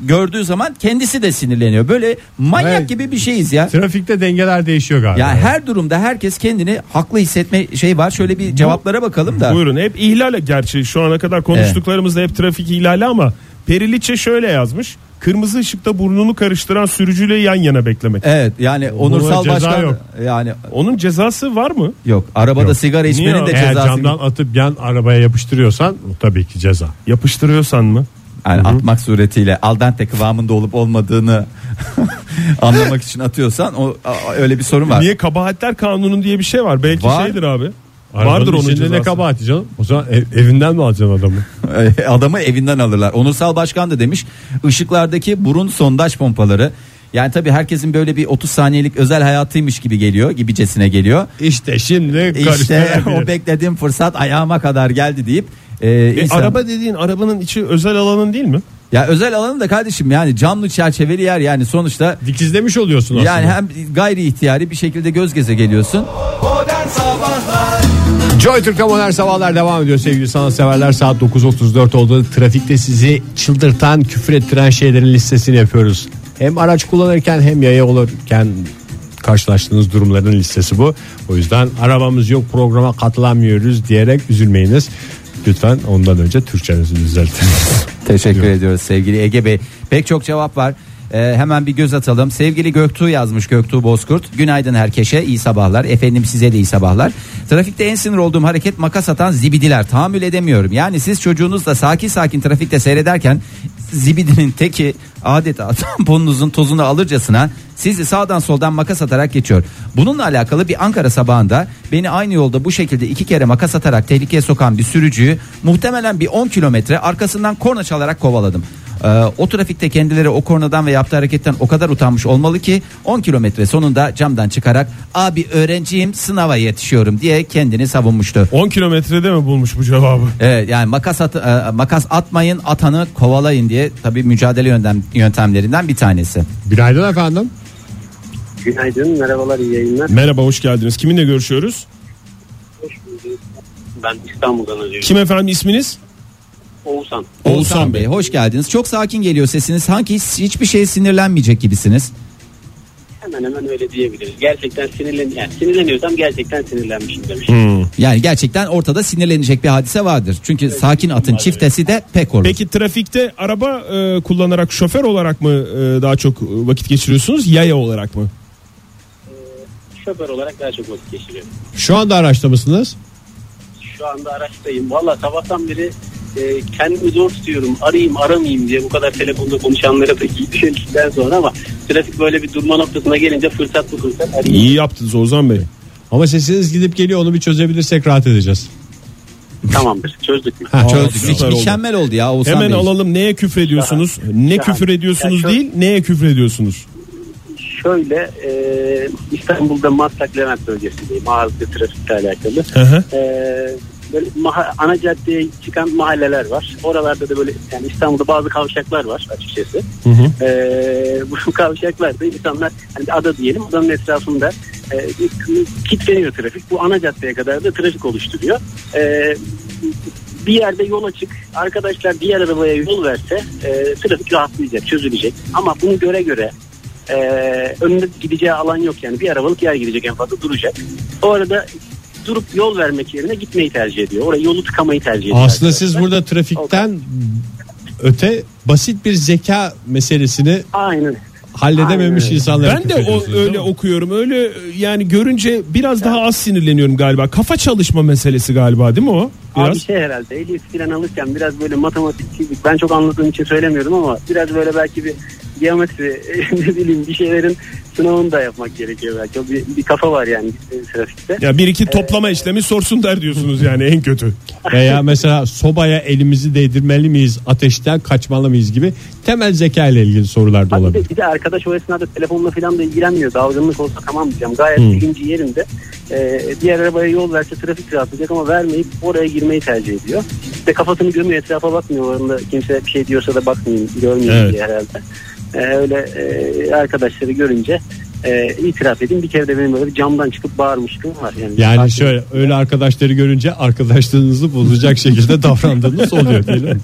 Speaker 1: gördüğü zaman kendisi de sinirleniyor. Böyle manyak
Speaker 2: Evet.
Speaker 1: gibi bir şeyiz ya.
Speaker 2: Trafikte dengeler değişiyor galiba.
Speaker 1: Ya her durumda herkes kendini haklı hissetme şey var. Şöyle bir cevaplara bakalım da.
Speaker 3: Buyurun hep ihlale gerçi şu ana kadar konuştuklarımızda hep trafik ihlali ama Periliçe şöyle yazmış. Kırmızı ışıkta burnunu karıştıran sürücüyle yan yana beklemek.
Speaker 1: Evet yani onursal
Speaker 2: ceza
Speaker 1: başkan
Speaker 2: yok.
Speaker 1: yani
Speaker 3: Onun cezası var mı?
Speaker 1: yok arabada
Speaker 2: Yok.
Speaker 1: sigara
Speaker 3: Niye
Speaker 1: içmenin de
Speaker 3: o?
Speaker 2: Eğer
Speaker 1: cezası
Speaker 2: camdan atıp yan arabaya yapıştırıyorsan bu tabii ki ceza.
Speaker 3: Yapıştırıyorsan mı?
Speaker 1: yani atmak suretiyle al dente kıvamında olup olmadığını anlamak için atıyorsan o a- öyle bir sorun var.
Speaker 3: Niye kabahatler kanunu diye bir şey var. Belki
Speaker 1: Var.
Speaker 3: şeydir abi.
Speaker 2: Arabanın
Speaker 3: Vardır onun
Speaker 2: içinde
Speaker 3: cezası.
Speaker 2: ne kabahati canım? O zaman ev- evinden mi alacaksın adamı?
Speaker 1: Adamı evinden alırlar. Onursal Başkan da demiş ışıklardaki burun sondaj pompaları yani tabii herkesin böyle bir 30 saniyelik özel hayatıymış gibi geliyor gibicesine geliyor.
Speaker 2: İşte şimdi
Speaker 1: İşte
Speaker 2: karıştırabilir.
Speaker 1: o beklediğim fırsat ayağıma kadar geldi deyip e,
Speaker 3: E,
Speaker 1: insan-
Speaker 3: araba dediğin arabanın içi özel alanın değil mi?
Speaker 1: ya özel alanı da kardeşim yani camlı çerçeveli yer yani sonuçta
Speaker 2: Dikizlemiş oluyorsun aslında.
Speaker 1: Yani hem gayri ihtiyari bir şekilde göz geze geliyorsun.
Speaker 2: Joy Türk'te modern sabahlar devam ediyor sevgili sanatseverler. Saat 9.34 oldu. Trafikte sizi çıldırtan, küfür ettiren şeylerin listesini yapıyoruz. Hem araç kullanırken hem yaya olurken karşılaştığınız durumların listesi bu. O yüzden arabamız yok programa katılamıyoruz diyerek üzülmeyiniz. Lütfen ondan önce Türkçenizi düzeltin.
Speaker 1: Teşekkür ediyoruz sevgili Ege Bey. Pek çok cevap var. Ee, hemen bir göz atalım. Sevgili Göktuğ yazmış Göktuğ Bozkurt. Günaydın herkese iyi sabahlar. Efendim size de iyi sabahlar. Trafikte en sinir olduğum hareket makas atan zibidiler. Tahammül edemiyorum. Yani siz çocuğunuzla sakin sakin trafikte seyrederken zibidinin teki adeta tamponunuzun tozunu alırcasına sizi sağdan soldan makas atarak geçiyor. Bununla alakalı bir Ankara sabahında beni aynı yolda bu şekilde iki kere makas atarak tehlikeye sokan bir sürücüyü muhtemelen bir 10 kilometre arkasından korna çalarak kovaladım. Ee, o trafikte kendileri o kornadan ve yaptığı hareketten o kadar utanmış olmalı ki 10 kilometre sonunda camdan çıkarak abi öğrenciyim sınava yetişiyorum diye kendini savunmuştu.
Speaker 3: 10 kilometrede mi bulmuş bu cevabı?
Speaker 1: Evet Ee, yani makas at, e, makas atmayın atanı kovalayın diye tabii mücadele yöntem, yöntemlerinden bir tanesi.
Speaker 2: Günaydın efendim.
Speaker 7: Günaydın, merhabalar, iyi yayınlar.
Speaker 3: Merhaba hoş geldiniz. Kiminle görüşüyoruz?
Speaker 7: Hoş bulduk. Ben İstanbul'dan arıyorum.
Speaker 3: Kim efendim isminiz?
Speaker 7: Oğuzhan.
Speaker 1: Oğuzhan Bey hoş geldiniz. Çok sakin geliyor sesiniz. Sanki hiç- hiçbir şeye sinirlenmeyecek gibisiniz.
Speaker 7: Hemen hemen öyle diyebiliriz. Gerçekten sinirlen yani sinirleniyorsam gerçekten sinirlenmişim demiş.
Speaker 3: Hmm.
Speaker 1: Yani gerçekten ortada sinirlenecek bir hadise vardır. Çünkü sakin atın çiftesi de pek olur.
Speaker 3: Peki trafikte araba e, kullanarak şoför olarak mı e, daha çok e, vakit geçiriyorsunuz yaya olarak mı?
Speaker 7: Şoför olarak daha çok vakit geçiriyorum.
Speaker 2: Şu anda araçta mısınız?
Speaker 7: Şu anda araçtayım. Valla sabahtan beri e, kendimi zor tutuyorum arayayım aramayayım diye bu kadar telefonda konuşanlara da gidiştikten sonra ama trafik böyle bir durma noktasına gelince fırsat bu fırsat arayayım.
Speaker 3: İyi yaptınız Ozan Bey.
Speaker 2: Ama sesiniz gidip geliyor onu bir çözebilirsek rahat edeceğiz.
Speaker 7: Tamamdır çözdük mü?
Speaker 2: Ha,
Speaker 3: Aa,
Speaker 1: Çok
Speaker 3: süper oldu.
Speaker 1: mükemmel oldu ya Oğuzhan
Speaker 3: Hemen
Speaker 1: Bey.
Speaker 3: alalım neye küfür ediyorsunuz, ne
Speaker 7: Şahane.
Speaker 3: küfür ediyorsunuz
Speaker 7: Ya şu-
Speaker 3: değil, neye küfür ediyorsunuz.
Speaker 7: Şöyle e, İstanbul'da Maslak Levent bölgesindeyim ağırlıklı trafikle alakalı.
Speaker 3: Hı hı.
Speaker 7: E, böyle maha- ana caddeye çıkan mahalleler var. Oralarda da böyle yani İstanbul'da bazı kavşaklar var açıkçası.
Speaker 3: Hı hı.
Speaker 7: Ee, bu kavşaklarda insanlar hani bir ada diyelim adanın etrafında e, kitleniyor trafik. Bu ana caddeye kadar da trafik oluşturuyor. Ee, bir yerde yol açık. Arkadaşlar diğer arabaya yol verse e, trafik rahatlayacak, çözülecek. Ama bunu göre göre e, önüne gideceği alan yok yani. Bir arabalık yer gidecek en fazla duracak. O arada durup yol vermek yerine gitmeyi tercih ediyor. Oraya yolu tıkamayı tercih ediyor.
Speaker 2: Aslında siz burada trafikten öte basit bir zeka meselesini
Speaker 7: Aynen.
Speaker 2: halledememiş
Speaker 7: Aynen.
Speaker 2: insanlara
Speaker 3: Ben de
Speaker 2: küfür ediyorsunuz,
Speaker 3: o,
Speaker 2: değil
Speaker 3: öyle
Speaker 2: mi?
Speaker 3: okuyorum. Öyle e, yani görünce biraz daha az sinirleniyorum galiba. Kafa çalışma meselesi galiba değil mi o? Biraz.
Speaker 7: Abi şey herhalde Elif filan alırken biraz böyle matematik, fizik ben çok anladığım için söylemiyorum ama biraz böyle belki bir geometri ne bileyim bir şeylerin sınavını da yapmak gerekiyor belki. O bir, bir kafa var yani e, trafikte.
Speaker 3: ya bir iki toplama işlemi sorsun der diyorsunuz yani en kötü.
Speaker 2: Veya mesela sobaya elimizi değdirmeli miyiz, ateşten kaçmalı mıyız gibi temel zeka ile ilgili sorular da
Speaker 7: Abi bir, de,
Speaker 2: olabilir.
Speaker 7: bir de arkadaş o esnada telefonla falan da ilgilenmiyor. Dalgınlık olsa tamam diyeceğim. Gayet
Speaker 2: Hmm.
Speaker 7: bilinci yerinde. E, diğer arabaya yol verse trafik rahatlayacak ama vermeyip oraya girmeyi tercih ediyor. İşte kafasını gömüyor etrafa bakmıyor. Orada kimse bir şey diyorsa da bakmayayım görmeyeyim
Speaker 3: Evet.
Speaker 7: diye herhalde. E, öyle e, arkadaşları görünce e, itiraf edeyim. Bir kere de benim böyle bir camdan çıkıp bağırmışlığım var. Yani,
Speaker 2: Yani
Speaker 7: Sakin-
Speaker 2: şöyle öyle arkadaşları görünce arkadaşlığınızı bozacak şekilde davrandığınız oluyor değil mi?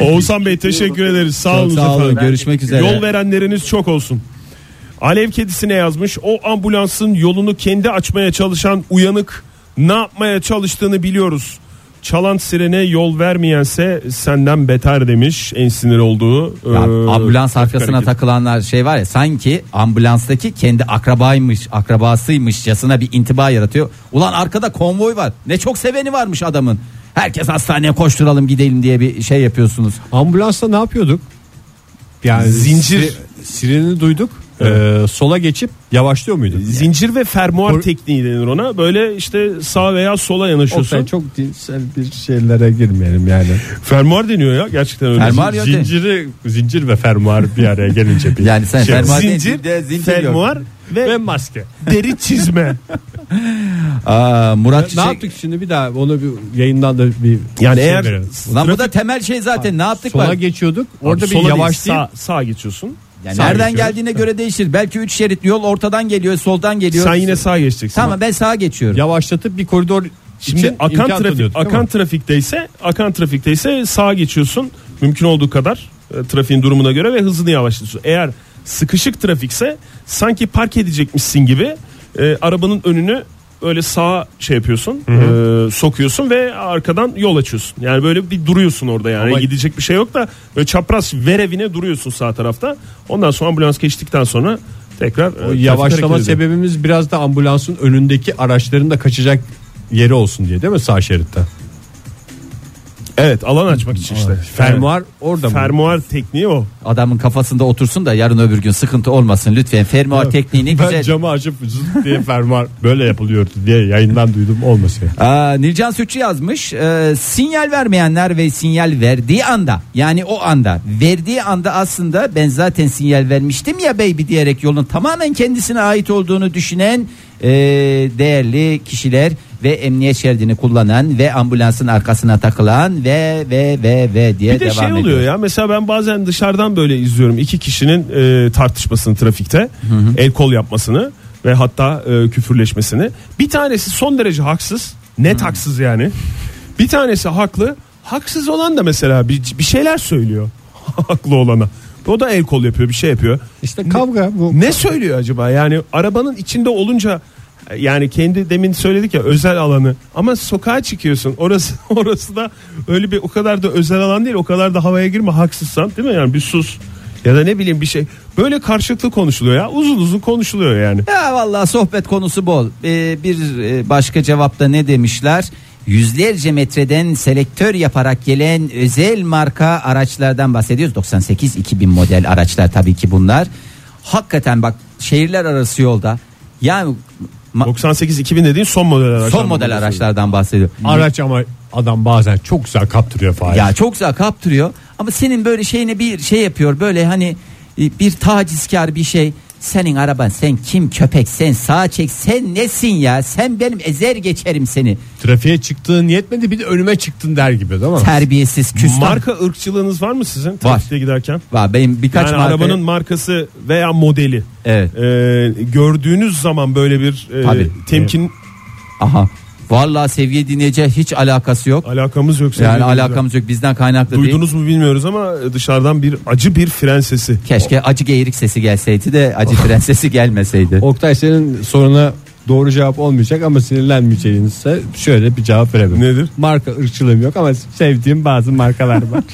Speaker 3: Oğuzhan Bey teşekkür ederiz. Sağ olun.
Speaker 1: Çok sağ olun.
Speaker 3: efendim.
Speaker 1: Görüşmek üzere.
Speaker 3: Yol verenleriniz çok olsun. Alev kedisine yazmış. O ambulansın yolunu kendi açmaya çalışan uyanık ne yapmaya çalıştığını biliyoruz. Çalan sirene yol vermeyense senden beter demiş. En sinir olduğu.
Speaker 1: Ya,
Speaker 3: e,
Speaker 1: ambulans arkasına
Speaker 3: hareketi.
Speaker 1: takılanlar şey var ya sanki ambulanstaki kendi akrabaymış akrabasıymışçasına bir intiba yaratıyor. Ulan arkada konvoy var ne çok seveni varmış adamın. Herkes hastaneye koşturalım gidelim diye bir şey yapıyorsunuz.
Speaker 2: Ambulansta ne yapıyorduk? Yani
Speaker 3: Zincir.
Speaker 2: si- sireni duyduk. Ee, sola geçip yavaşlıyor muyduk?
Speaker 3: Zincir ve fermuar
Speaker 2: Kor-
Speaker 3: tekniği denir ona. Böyle işte sağ veya sola yanaşıyorsun.
Speaker 2: Oktay, çok dinsel bir şeylere girmeyelim yani.
Speaker 3: Fermuar deniyor ya gerçekten öyle.
Speaker 1: Fermuar yok değil.
Speaker 2: Zinciri, zincir ve fermuar bir araya gelince bir.
Speaker 1: Yani sen
Speaker 2: şey-
Speaker 1: fermuar değil,
Speaker 3: zincir,
Speaker 1: bir de zincir yok.
Speaker 3: fermuar ve,
Speaker 2: ve maske.
Speaker 3: deri çizme.
Speaker 1: Aa, Murat
Speaker 2: ne
Speaker 1: Çiçek-
Speaker 2: yaptık şimdi bir daha onu bir yayından da bir
Speaker 3: Yani
Speaker 2: şey
Speaker 3: eğer
Speaker 2: verelim.
Speaker 1: Ulan bu da temel şey zaten ne yaptık
Speaker 2: sola
Speaker 1: var?
Speaker 2: geçiyorduk orada
Speaker 3: Sola
Speaker 2: bir
Speaker 3: değil,
Speaker 2: yavaşlayıp
Speaker 3: sağ, sağa geçiyorsun.
Speaker 1: Yani
Speaker 2: Sağa
Speaker 1: nereden
Speaker 2: geçiyoruz.
Speaker 1: geldiğine göre değişir. Belki 3 şerit yol ortadan geliyor, soldan geliyor.
Speaker 3: Sen yine sağa geçeceksin.
Speaker 1: Tamam ben sağa geçiyorum.
Speaker 2: yavaşlatıp bir koridor
Speaker 3: Şimdi
Speaker 2: için
Speaker 3: akan
Speaker 2: imkan
Speaker 3: trafik
Speaker 2: tanıyorduk, değil mi?
Speaker 3: akan trafikteyse akan trafikteyse sağa geçiyorsun mümkün olduğu kadar e, trafiğin durumuna göre ve hızını yavaşlatıyorsun. Eğer sıkışık trafikse sanki park edecekmişsin gibi e, arabanın önünü öyle sağa şey yapıyorsun, e, sokuyorsun ve arkadan yol açıyorsun. Yani böyle bir duruyorsun orada yani
Speaker 2: Ama-
Speaker 3: gidecek bir şey yok da böyle çapraz verevine duruyorsun sağ tarafta. Ondan sonra ambulans geçtikten sonra tekrar e,
Speaker 2: O
Speaker 3: trafik
Speaker 2: yavaşlama
Speaker 3: hareket ediyor.
Speaker 2: sebebimiz biraz da ambulansın önündeki araçların da kaçacak yeri olsun diye değil mi sağ şeritte?
Speaker 3: Evet, alan açmak için işte.
Speaker 2: Fermuar orada mı?
Speaker 3: Fermuar tekniği o.
Speaker 1: Adamın kafasında otursun da yarın öbür gün sıkıntı olmasın lütfen. Fermuar tekniğini
Speaker 2: ben
Speaker 1: güzel.
Speaker 2: camı açıp zıt diye fermuar böyle yapılıyordu diye yayından duydum olmasın.
Speaker 1: Aa, Nilcan Sütçü yazmış. Ee, sinyal vermeyenler ve sinyal verdiği anda yani o anda verdiği anda aslında ben zaten sinyal vermiştim ya baby diyerek yolun tamamen kendisine ait olduğunu düşünen e, değerli kişiler ve emniyet şeridini kullanan ve ambulansın arkasına takılan ve ve ve ve diye
Speaker 3: Bir de
Speaker 1: devam
Speaker 3: şey oluyor
Speaker 1: ediyor.
Speaker 3: ya mesela ben bazen dışarıdan böyle izliyorum iki kişinin e, tartışmasını trafikte el kol yapmasını ve hatta e, küfürleşmesini. Bir tanesi son derece haksız net haksız yani bir tanesi haklı haksız olan da mesela bir, bir şeyler söylüyor haklı olana o da el kol yapıyor bir şey yapıyor.
Speaker 2: İşte kavga bu.
Speaker 3: Ne söylüyor acaba? Yani arabanın içinde olunca yani kendi demin söyledik ya özel alanı ama sokağa çıkıyorsun orası orası da öyle bir o kadar da özel alan değil o kadar da havaya girme haksızsan değil mi yani bir sus ya da ne bileyim bir şey böyle karşılıklı konuşuluyor ya uzun uzun konuşuluyor yani
Speaker 1: Ya vallahi sohbet konusu bol. Ee, bir e, başka cevapta ne demişler? yüzlerce metreden selektör yaparak gelen özel marka araçlardan bahsediyoruz. 98-2000 model araçlar tabii ki bunlar. Hakikaten bak şehirler arası yolda yani ma-
Speaker 3: 98-2000 dediğin son model araçlar.
Speaker 1: son model araçlardan bahsediyorum.
Speaker 2: Araç ama adam bazen çok güzel kaptırıyor Fahir.
Speaker 1: Ya çok güzel kaptırıyor ama senin böyle şeyine bir şey yapıyor böyle hani e, bir tacizkar bir şey. Senin araban sen kim köpek sen sağa çek sen nesin ya sen benim ezer geçerim seni.
Speaker 2: Trafiğe çıktığın yetmedi bir de önüme çıktın der gibi değil mi?
Speaker 1: Terbiyesiz küstah.
Speaker 3: Marka ırkçılığınız var mı sizin trafikte giderken?
Speaker 1: Var benim birkaç
Speaker 3: yani
Speaker 1: markaya-
Speaker 3: arabanın markası veya modeli.
Speaker 1: Evet.
Speaker 3: Ee, gördüğünüz zaman böyle bir e,
Speaker 1: Tabii.
Speaker 3: temkin
Speaker 1: Aha. Vallahi sevgili dinleyici hiç alakası yok.
Speaker 3: alakamız yok.
Speaker 1: Yani
Speaker 3: sevgili
Speaker 1: alakamız yok bizden kaynaklı
Speaker 3: dinleyiciler.
Speaker 1: değil.
Speaker 3: Duydunuz mu bilmiyoruz ama e, dışarıdan bir acı bir fren sesi.
Speaker 1: Keşke acı geyirik sesi gelseydi de acı fren sesi gelmeseydi.
Speaker 2: Oktay senin soruna doğru cevap olmayacak ama sinirlenmeyeceğinizse şöyle bir cevap verebilirim.
Speaker 3: Nedir?
Speaker 2: Marka ırkçılığım yok ama sevdiğim bazı markalar var.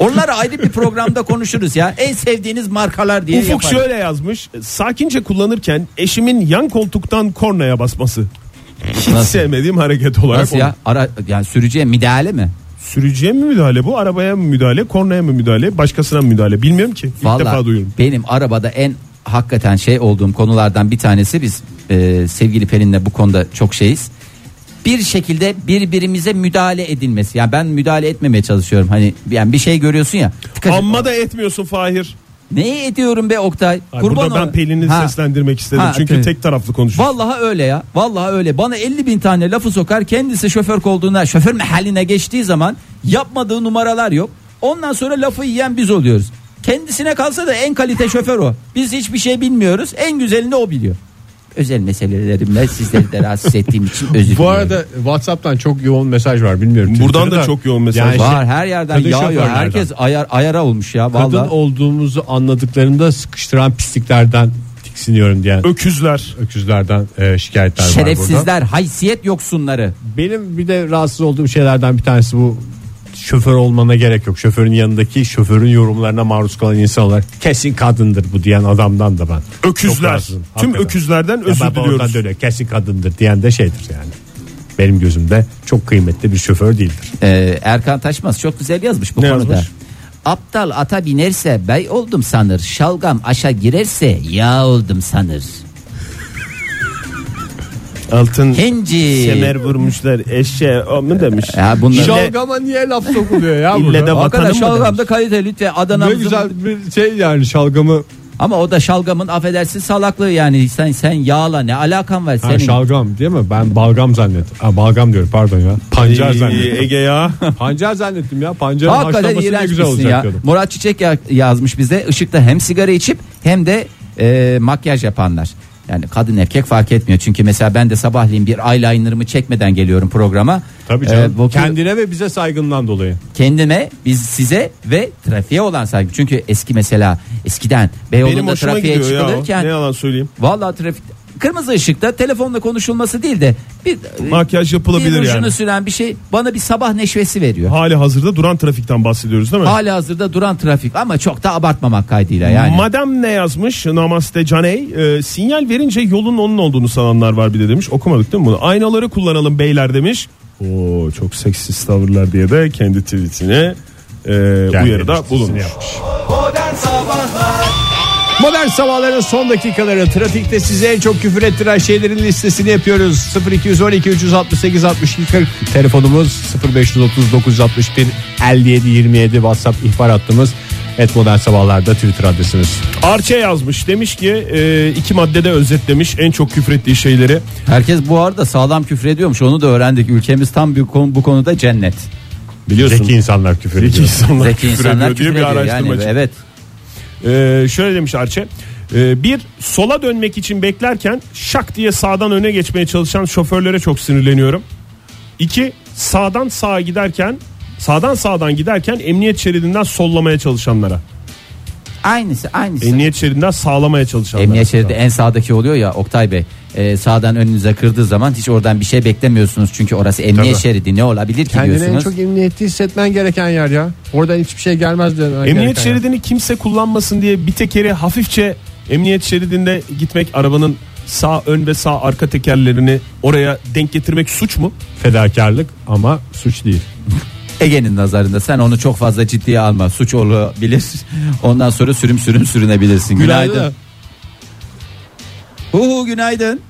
Speaker 1: Onları ayrı bir programda konuşuruz ya. En sevdiğiniz markalar diye
Speaker 3: Ufuk
Speaker 1: yaparız.
Speaker 3: şöyle yazmış. E, Sakince kullanırken eşimin yan koltuktan kornaya basması. Hiç
Speaker 1: Nasıl?
Speaker 3: sevmediğim hareket olarak.
Speaker 1: Nasıl ya? Ara, yani sürücüye müdahale mi?
Speaker 3: Sürücüye mi müdahale bu? Arabaya mı müdahale? Kornaya mı müdahale? Başkasına mı müdahale? Bilmiyorum ki. İlk
Speaker 1: Vallahi
Speaker 3: defa duyuyorum.
Speaker 1: Benim arabada en hakikaten şey olduğum konulardan bir tanesi biz e, sevgili Pelin'le bu konuda çok şeyiz. Bir şekilde birbirimize müdahale edilmesi. Yani ben müdahale etmemeye çalışıyorum. Hani yani bir şey görüyorsun ya. tıkaç-
Speaker 3: Amma da etmiyorsun Fahir.
Speaker 1: Ne ediyorum be Oktay?
Speaker 3: Ay, burada
Speaker 1: olayım.
Speaker 3: ben Pelin'i
Speaker 1: Ha.
Speaker 3: seslendirmek istedim.
Speaker 1: Ha,
Speaker 3: Çünkü
Speaker 1: tabii.
Speaker 3: tek taraflı konuşuyor.
Speaker 1: Vallahi öyle ya. Vallahi öyle. Bana 50 bin tane lafı sokar. Kendisi şoför koltuğuna, şoför mehaline geçtiği zaman yapmadığı numaralar yok. Ondan sonra lafı yiyen biz oluyoruz. Kendisine kalsa da en kalite şoför o. Biz hiçbir şey bilmiyoruz. En güzelini o biliyor. Özel meselelerimle sizleri de rahatsız ettiğim için özür diliyorum.
Speaker 2: Bu arada WhatsApp'tan çok yoğun mesaj var bilmiyorum.
Speaker 3: Buradan
Speaker 2: Twitter'da.
Speaker 3: da çok yoğun mesaj
Speaker 2: Yani şey,
Speaker 3: var.
Speaker 1: var her yerden
Speaker 2: Kadın
Speaker 1: yağıyor.
Speaker 2: şoförlerden.
Speaker 1: Herkes ayar ayara olmuş ya
Speaker 2: kadın
Speaker 1: vallahi.
Speaker 2: olduğumuzu anladıklarında sıkıştıran pisliklerden tiksiniyorum diyen
Speaker 3: Öküzler.
Speaker 2: öküzlerden e, şikayetler var burada.
Speaker 1: Şerefsizler, haysiyet yoksunları.
Speaker 2: Benim bir de rahatsız olduğum şeylerden bir tanesi bu şoför olmana gerek yok. Şoförün yanındaki şoförün yorumlarına maruz kalan insan olarak kesin kadındır bu diyen adamdan da ben. çok
Speaker 3: Öküzler.
Speaker 2: rahatsızım,
Speaker 3: Tüm
Speaker 2: hakikaten.
Speaker 3: öküzlerden
Speaker 2: Ya
Speaker 3: özür
Speaker 2: ben oradan
Speaker 3: diliyoruz.
Speaker 2: dönüyor, kesin kadındır diyen de şeydir yani. Benim gözümde çok kıymetli bir şoför değildir.
Speaker 1: Ee, Erkan Taşmaz çok güzel yazmış bu
Speaker 3: Ne
Speaker 1: konuda.
Speaker 3: yazmış?
Speaker 1: Aptal ata binerse bey oldum sanır. Şalgam aşa girerse yağ oldum sanır.
Speaker 3: Altın
Speaker 1: Hinci.
Speaker 3: vurmuşlar eşe o mu demiş.
Speaker 1: Ya bunlar-
Speaker 2: Ee, Şalgama niye laf sokuluyor ya
Speaker 3: İlle de
Speaker 2: burada?
Speaker 3: vatanı
Speaker 1: Arkadaş
Speaker 3: mı
Speaker 1: şalgam da kalite lütfen Adana
Speaker 2: Ne güzel bir şey yani şalgamı.
Speaker 1: Ama o da şalgamın affedersin salaklığı yani sen sen yağla ne alakan var
Speaker 2: Ha,
Speaker 1: senin.
Speaker 2: şalgam değil mi? Ben balgam zannettim. Ha, balgam diyorum pardon ya. Pancar
Speaker 3: Ee,
Speaker 2: zannettim.
Speaker 3: Ege ya.
Speaker 2: Pancar zannettim ya. Pancarın
Speaker 1: Hakikaten
Speaker 2: haşlanması ne
Speaker 1: iğrenç
Speaker 2: güzel
Speaker 1: misin
Speaker 2: olacak
Speaker 1: ya.
Speaker 2: diyordum.
Speaker 1: Murat Çiçek ya- yazmış bize ışıkta hem sigara içip hem de e, makyaj yapanlar. Yani kadın erkek fark etmiyor. Çünkü mesela ben de sabahleyin bir eyelinerımı çekmeden geliyorum programa.
Speaker 2: Tabii
Speaker 1: E,
Speaker 2: canım.
Speaker 1: bakıyorum-
Speaker 2: Kendine ve bize saygından dolayı.
Speaker 1: kendime, biz size ve trafiğe olan saygı. Çünkü eski mesela eskiden
Speaker 3: Benim
Speaker 1: Beyoğlu'nda
Speaker 3: hoşuma
Speaker 1: trafiğe
Speaker 3: gidiyor ya. o. Ne
Speaker 1: çıkılırken
Speaker 3: yalan söyleyeyim.
Speaker 1: vallahi trafik kırmızı ışıkta telefonla konuşulması değil de bir e,
Speaker 3: Makyaj yapılabilir
Speaker 1: bir ucunu
Speaker 3: yani.
Speaker 1: süren bir şey bana bir sabah neşvesi veriyor.
Speaker 3: Hali hazırda duran trafikten bahsediyoruz değil mi?
Speaker 1: Hali hazırda duran trafik ama çok da abartmamak kaydıyla yani.
Speaker 3: Madam ne yazmış? Namaste Caney. Ee, sinyal verince yolun onun olduğunu sananlar var bir de demiş. Okumadık değil mi bunu? Aynaları kullanalım beyler demiş. Oo çok seksist tavırlar diye de kendi tweetine e, uyarıda bulunmuş.
Speaker 2: Modern sabahların son dakikaları trafikte size en çok küfür ettiren şeylerin listesini yapıyoruz. 0212 368 62 40 telefonumuz 0530 961 57 27 WhatsApp ihbar hattımız et modern sabahlarda Twitter adresimiz.
Speaker 3: Arçe yazmış demiş ki e, iki maddede özetlemiş en çok küfrettiği şeyleri.
Speaker 1: Herkes bu arada sağlam küfür ediyormuş. Onu da öğrendik. Ülkemiz tam bir konu, bu konuda cennet.
Speaker 3: Biliyorsun.
Speaker 2: Zeki insanlar küfür
Speaker 3: Zeki
Speaker 2: ediyor.
Speaker 3: insanlar
Speaker 1: Zeki
Speaker 3: küfür
Speaker 1: insanlar
Speaker 3: ediyor
Speaker 1: küfür
Speaker 3: diye bir
Speaker 1: ediyor. Yani,
Speaker 3: araştırmacı.
Speaker 1: evet.
Speaker 3: Ee, şöyle demiş Arçe. Ee, bir sola dönmek için beklerken şak diye sağdan öne geçmeye çalışan şoförlere çok sinirleniyorum. İki sağdan sağa giderken sağdan sağdan giderken emniyet şeridinden sollamaya çalışanlara.
Speaker 1: Aynısı aynısı.
Speaker 3: Emniyet şeridinden sağlamaya çalışanlara.
Speaker 1: Emniyet şeridi en sağdaki oluyor ya Oktay Bey. Ee, sağdan önünüze kırdığı zaman hiç oradan bir şey beklemiyorsunuz. Çünkü orası emniyet
Speaker 2: Tabii.
Speaker 1: şeridi ne olabilir ki
Speaker 2: Kendini en
Speaker 1: diyorsunuz.
Speaker 2: çok emniyetli hissetmen gereken yer ya. Oradan hiçbir şey gelmez. diye-
Speaker 3: Emniyet
Speaker 2: gereken yer.
Speaker 3: şeridini kimse kullanmasın diye bir tekeri hafifçe emniyet şeridinde gitmek arabanın sağ ön ve sağ arka tekerlerini oraya denk getirmek suç mu?
Speaker 2: Fedakarlık ama suç değil.
Speaker 1: Ege'nin nazarında sen onu çok fazla ciddiye alma. Suç olabilir. Ondan sonra sürüm sürüm sürünebilirsin. Günaydın. Hu hu günaydın.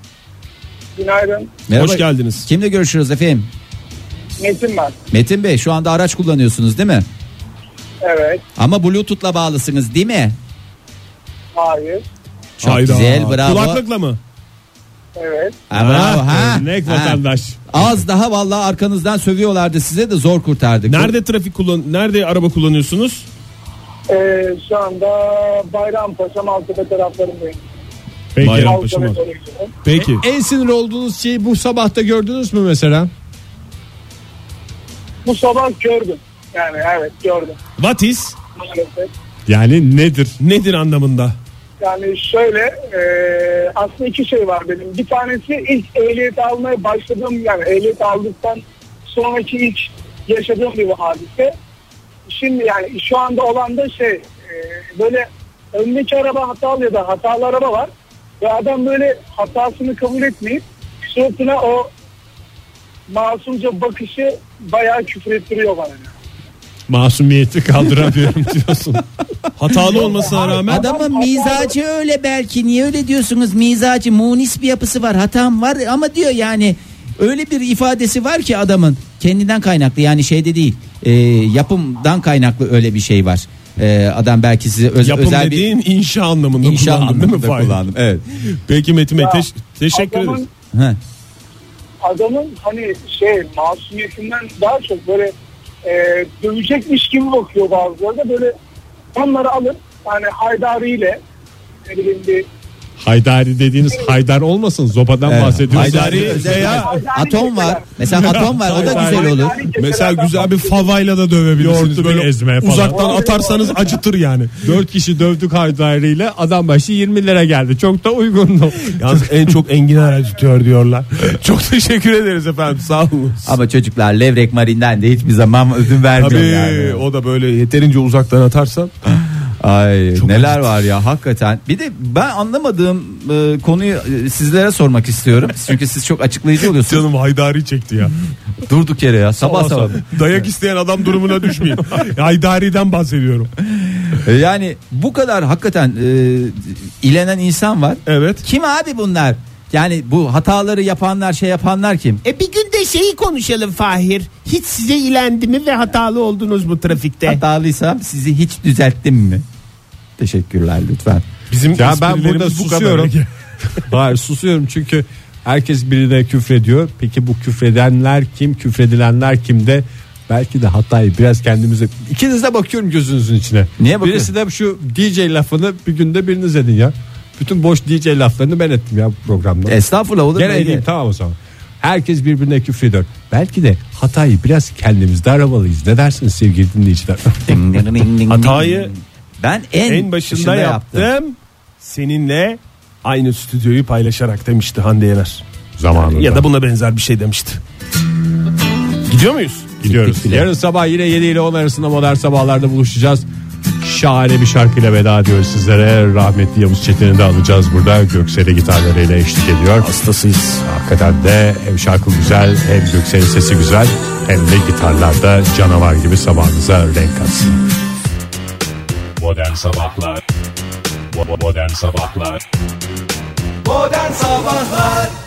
Speaker 6: Günaydın.
Speaker 1: Merhaba.
Speaker 3: Hoş geldiniz.
Speaker 1: Kimle görüşürüz efendim?
Speaker 6: Metin ben.
Speaker 1: Metin Bey şu anda araç kullanıyorsunuz değil mi?
Speaker 6: Evet.
Speaker 1: Ama Bluetooth'la bağlısınız değil mi?
Speaker 6: Hayır.
Speaker 1: Çok
Speaker 3: Hayda.
Speaker 1: güzel bravo.
Speaker 3: Kulaklıkla mı?
Speaker 6: Evet.
Speaker 1: Ha, bravo, ha.
Speaker 3: Örnek
Speaker 1: Ha.
Speaker 3: vatandaş.
Speaker 1: Az daha vallahi arkanızdan sövüyorlardı size de zor kurtardık.
Speaker 3: Nerede trafik kullan nerede araba kullanıyorsunuz?
Speaker 6: Ee, şu anda Bayrampaşa Maltepe taraflarındayım.
Speaker 3: Peki.
Speaker 6: Maltepe
Speaker 3: Bayrampaşa'ma.
Speaker 6: doğru gidiyorum.
Speaker 3: Peki.
Speaker 2: En sinir olduğunuz şeyi bu sabahta gördünüz mü mesela?
Speaker 6: Bu sabah gördüm. Yani evet gördüm.
Speaker 3: What is
Speaker 6: Maalesef.
Speaker 2: Yani nedir?
Speaker 3: nedir anlamında?
Speaker 6: Yani şöyle e, aslında iki şey var benim. Bir tanesi ilk ehliyet almaya başladığım yani ehliyet aldıktan sonraki ilk yaşadığım bir hadise. Şimdi yani şu anda olan da şey e, böyle öndeki araba hatalı ya da hatalı araba var. Ve adam böyle hatasını kabul etmeyip suratına o masumca bakışı bayağı küfür ettiriyor bana.
Speaker 2: Masumiyeti kaldıramıyorum diyorsun.
Speaker 3: Hatalı olmasına rağmen
Speaker 1: Adamın mizacı öyle belki niye öyle diyorsunuz mizacı munis bir yapısı var hatam var ama diyor yani öyle bir ifadesi var ki adamın kendinden kaynaklı yani şeyde değil e, yapımdan kaynaklı öyle bir şey var. E, adam belki size öz-
Speaker 3: yapım
Speaker 1: özel bir
Speaker 3: dediğin inşa anlamında
Speaker 1: inşa
Speaker 3: kullandın değil mi?
Speaker 1: anlamında
Speaker 3: Fahir?
Speaker 1: kullandım. Evet.
Speaker 3: Peki Metin Bey teş- teşekkür
Speaker 6: Adamın-
Speaker 3: ederiz.
Speaker 1: Heh.
Speaker 6: adamın hani şey masumiyetinden daha çok böyle e, dövecekmiş gibi bakıyor bazıları da böyle onları alıp hani haydariyle ne bileyim bir
Speaker 2: Haydari dediğiniz haydar olmasın. Zobadan
Speaker 1: Evet.
Speaker 2: bahsediyoruz.
Speaker 1: Haydari
Speaker 3: Haydari
Speaker 1: özel-
Speaker 3: veya-
Speaker 1: atom var. Mesela atom var o da
Speaker 3: Haydari.
Speaker 1: güzel olur.
Speaker 6: Haydari
Speaker 3: Mesela
Speaker 6: keselerden
Speaker 3: güzel bir favayla da dövebilirsiniz.
Speaker 2: Yoğurtlu bir
Speaker 3: Böyle
Speaker 2: ezme falan.
Speaker 3: Uzaktan atarsanız acıtır yani.
Speaker 2: 4 kişi dövdük haydariyle adam başı 20 lira geldi. Çok da uygundu.
Speaker 3: Yalnız en çok enginar acıtıyor diyorlar. Çok teşekkür ederiz efendim. Sağ olun.
Speaker 1: Ama çocuklar levrek marinden de hiçbir zaman ödün vermiyor
Speaker 3: Tabii
Speaker 1: yani.
Speaker 3: o da böyle yeterince uzaktan atarsan.
Speaker 1: Ay neler var ya hakikaten. Bir de ben anlamadığım e, konuyu e, sizlere sormak istiyorum. Çünkü siz çok açıklayıcı oluyorsunuz.
Speaker 3: Canım haydari çekti ya.
Speaker 1: Durduk yere ya sabah sabah.
Speaker 3: Dayak isteyen adam durumuna düşmeyin. Haydariden bahsediyorum.
Speaker 1: E, Yani bu kadar hakikaten e, ilenen insan var.
Speaker 3: Evet.
Speaker 1: Kim abi bunlar? Yani bu hataları yapanlar şey yapanlar kim?
Speaker 8: E bir gün de şeyi konuşalım Fahir. Hiç size ilendi mi ve hatalı oldunuz mu trafikte?
Speaker 1: Hatalıysam sizi hiç düzelttim mi? Teşekkürler lütfen.
Speaker 3: Bizim
Speaker 2: Ya ben
Speaker 3: esprilerimiz
Speaker 2: burada
Speaker 3: bu kadar.
Speaker 2: susuyorum. Hayır susuyorum çünkü herkes birine küfrediyor. Peki bu küfredenler kim, küfredilenler kim de belki de hatayı biraz kendimize ikinize bakıyorum gözünüzün içine.
Speaker 1: Niye bakıyorsun?
Speaker 2: Birisi de şu DJ lafını bir günde biriniz edin ya. Bütün boş DJ laflarını ben ettim ya bu programda.
Speaker 1: Estağfurullah olur mu?
Speaker 2: Gene edeyim tamam o zaman. Herkes birbirine küfrediyor. Belki de hatayı biraz kendimizde aramalıyız. Ne dersiniz sevgili dinleyiciler?
Speaker 1: Ding, ding, ding, ding,
Speaker 3: Hatayı
Speaker 1: ding. ben en,
Speaker 3: En başında yaptım.
Speaker 1: yaptım.
Speaker 3: Seninle aynı stüdyoyu paylaşarak demişti Hande Yener.
Speaker 2: Zamanında.
Speaker 3: Ya da buna benzer bir şey demişti. Gidiyor muyuz?
Speaker 2: Gidiyoruz.
Speaker 1: bile.
Speaker 2: Yarın sabah yine 7 ile 10 arasında modern sabahlarda buluşacağız. Şahane bir şarkıyla veda ediyoruz sizlere. Rahmetli Yavuz Çetin'i de alacağız burada. Göksel'e gitarlarıyla eşlik ediyor. Hastasıyız. Hakikaten de hem şarkı güzel hem Göksel'in sesi güzel hem de gitarlarda canavar gibi sabahınıza renk katsın. Modern Sabahlar Modern Sabahlar
Speaker 9: Modern Sabahlar